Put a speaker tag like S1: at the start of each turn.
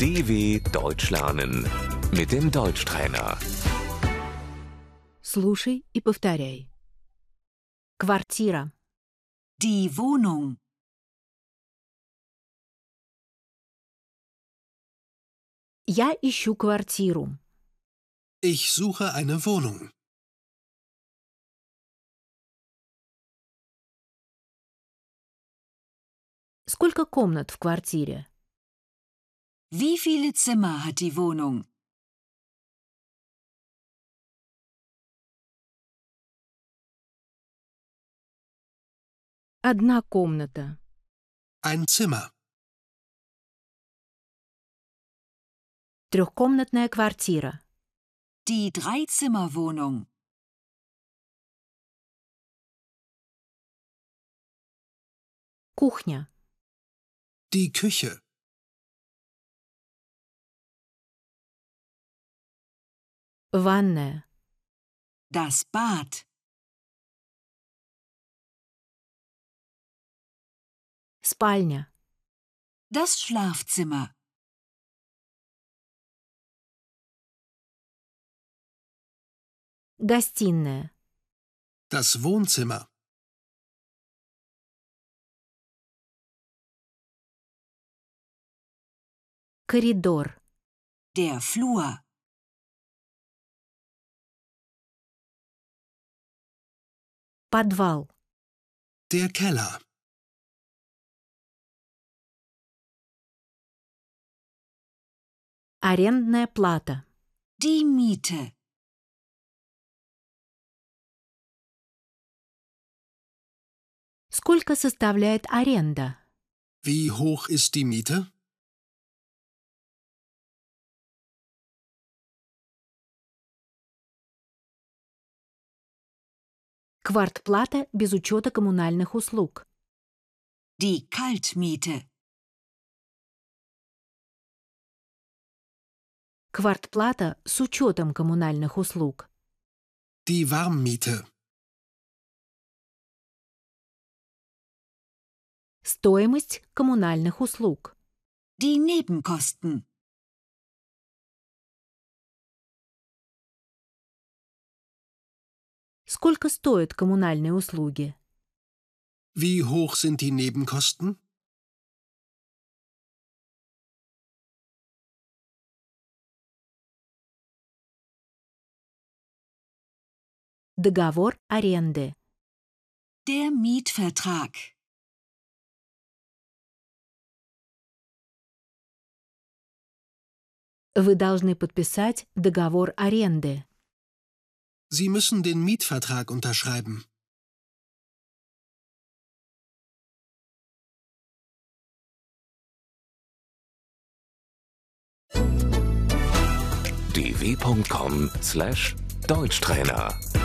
S1: DW Deutsch lernen mit dem Deutschtrainer.
S2: Слушай и повторяй. Квартира.
S3: Die Wohnung.
S2: Я ищу квартиру.
S4: Ich suche eine Wohnung.
S2: Сколько комнат в квартире?
S3: Wie viele Zimmer hat die Wohnung?
S2: Одна комната.
S4: Ein Zimmer.
S2: Трехкомнатная квартира.
S3: Die Dreizimmerwohnung.
S2: Кухня.
S4: Die Küche.
S2: Ванная.
S3: Das Bad.
S2: Спальня.
S3: Das Schlafzimmer.
S2: Гостиная.
S4: Das Wohnzimmer.
S2: Коридор.
S3: Der Flur.
S2: Подвал.
S4: Der Keller.
S2: Арендная плата.
S3: Die Miete.
S2: Сколько составляет аренда?
S4: Wie hoch ist die Miete?
S2: Квартплата без учета коммунальных услуг.
S3: Die Kaltmiete.
S2: Квартплата с учетом коммунальных услуг.
S4: Die Warmmiete.
S2: Стоимость коммунальных услуг.
S3: Die Nebenkosten.
S2: Сколько стоят коммунальные услуги?
S4: Wie hoch sind die Nebenkosten?
S2: Договор аренды.
S3: Der Mietvertrag.
S2: Вы должны подписать договор аренды.
S4: Sie müssen den Mietvertrag unterschreiben.
S1: dw.com/deutschtrainer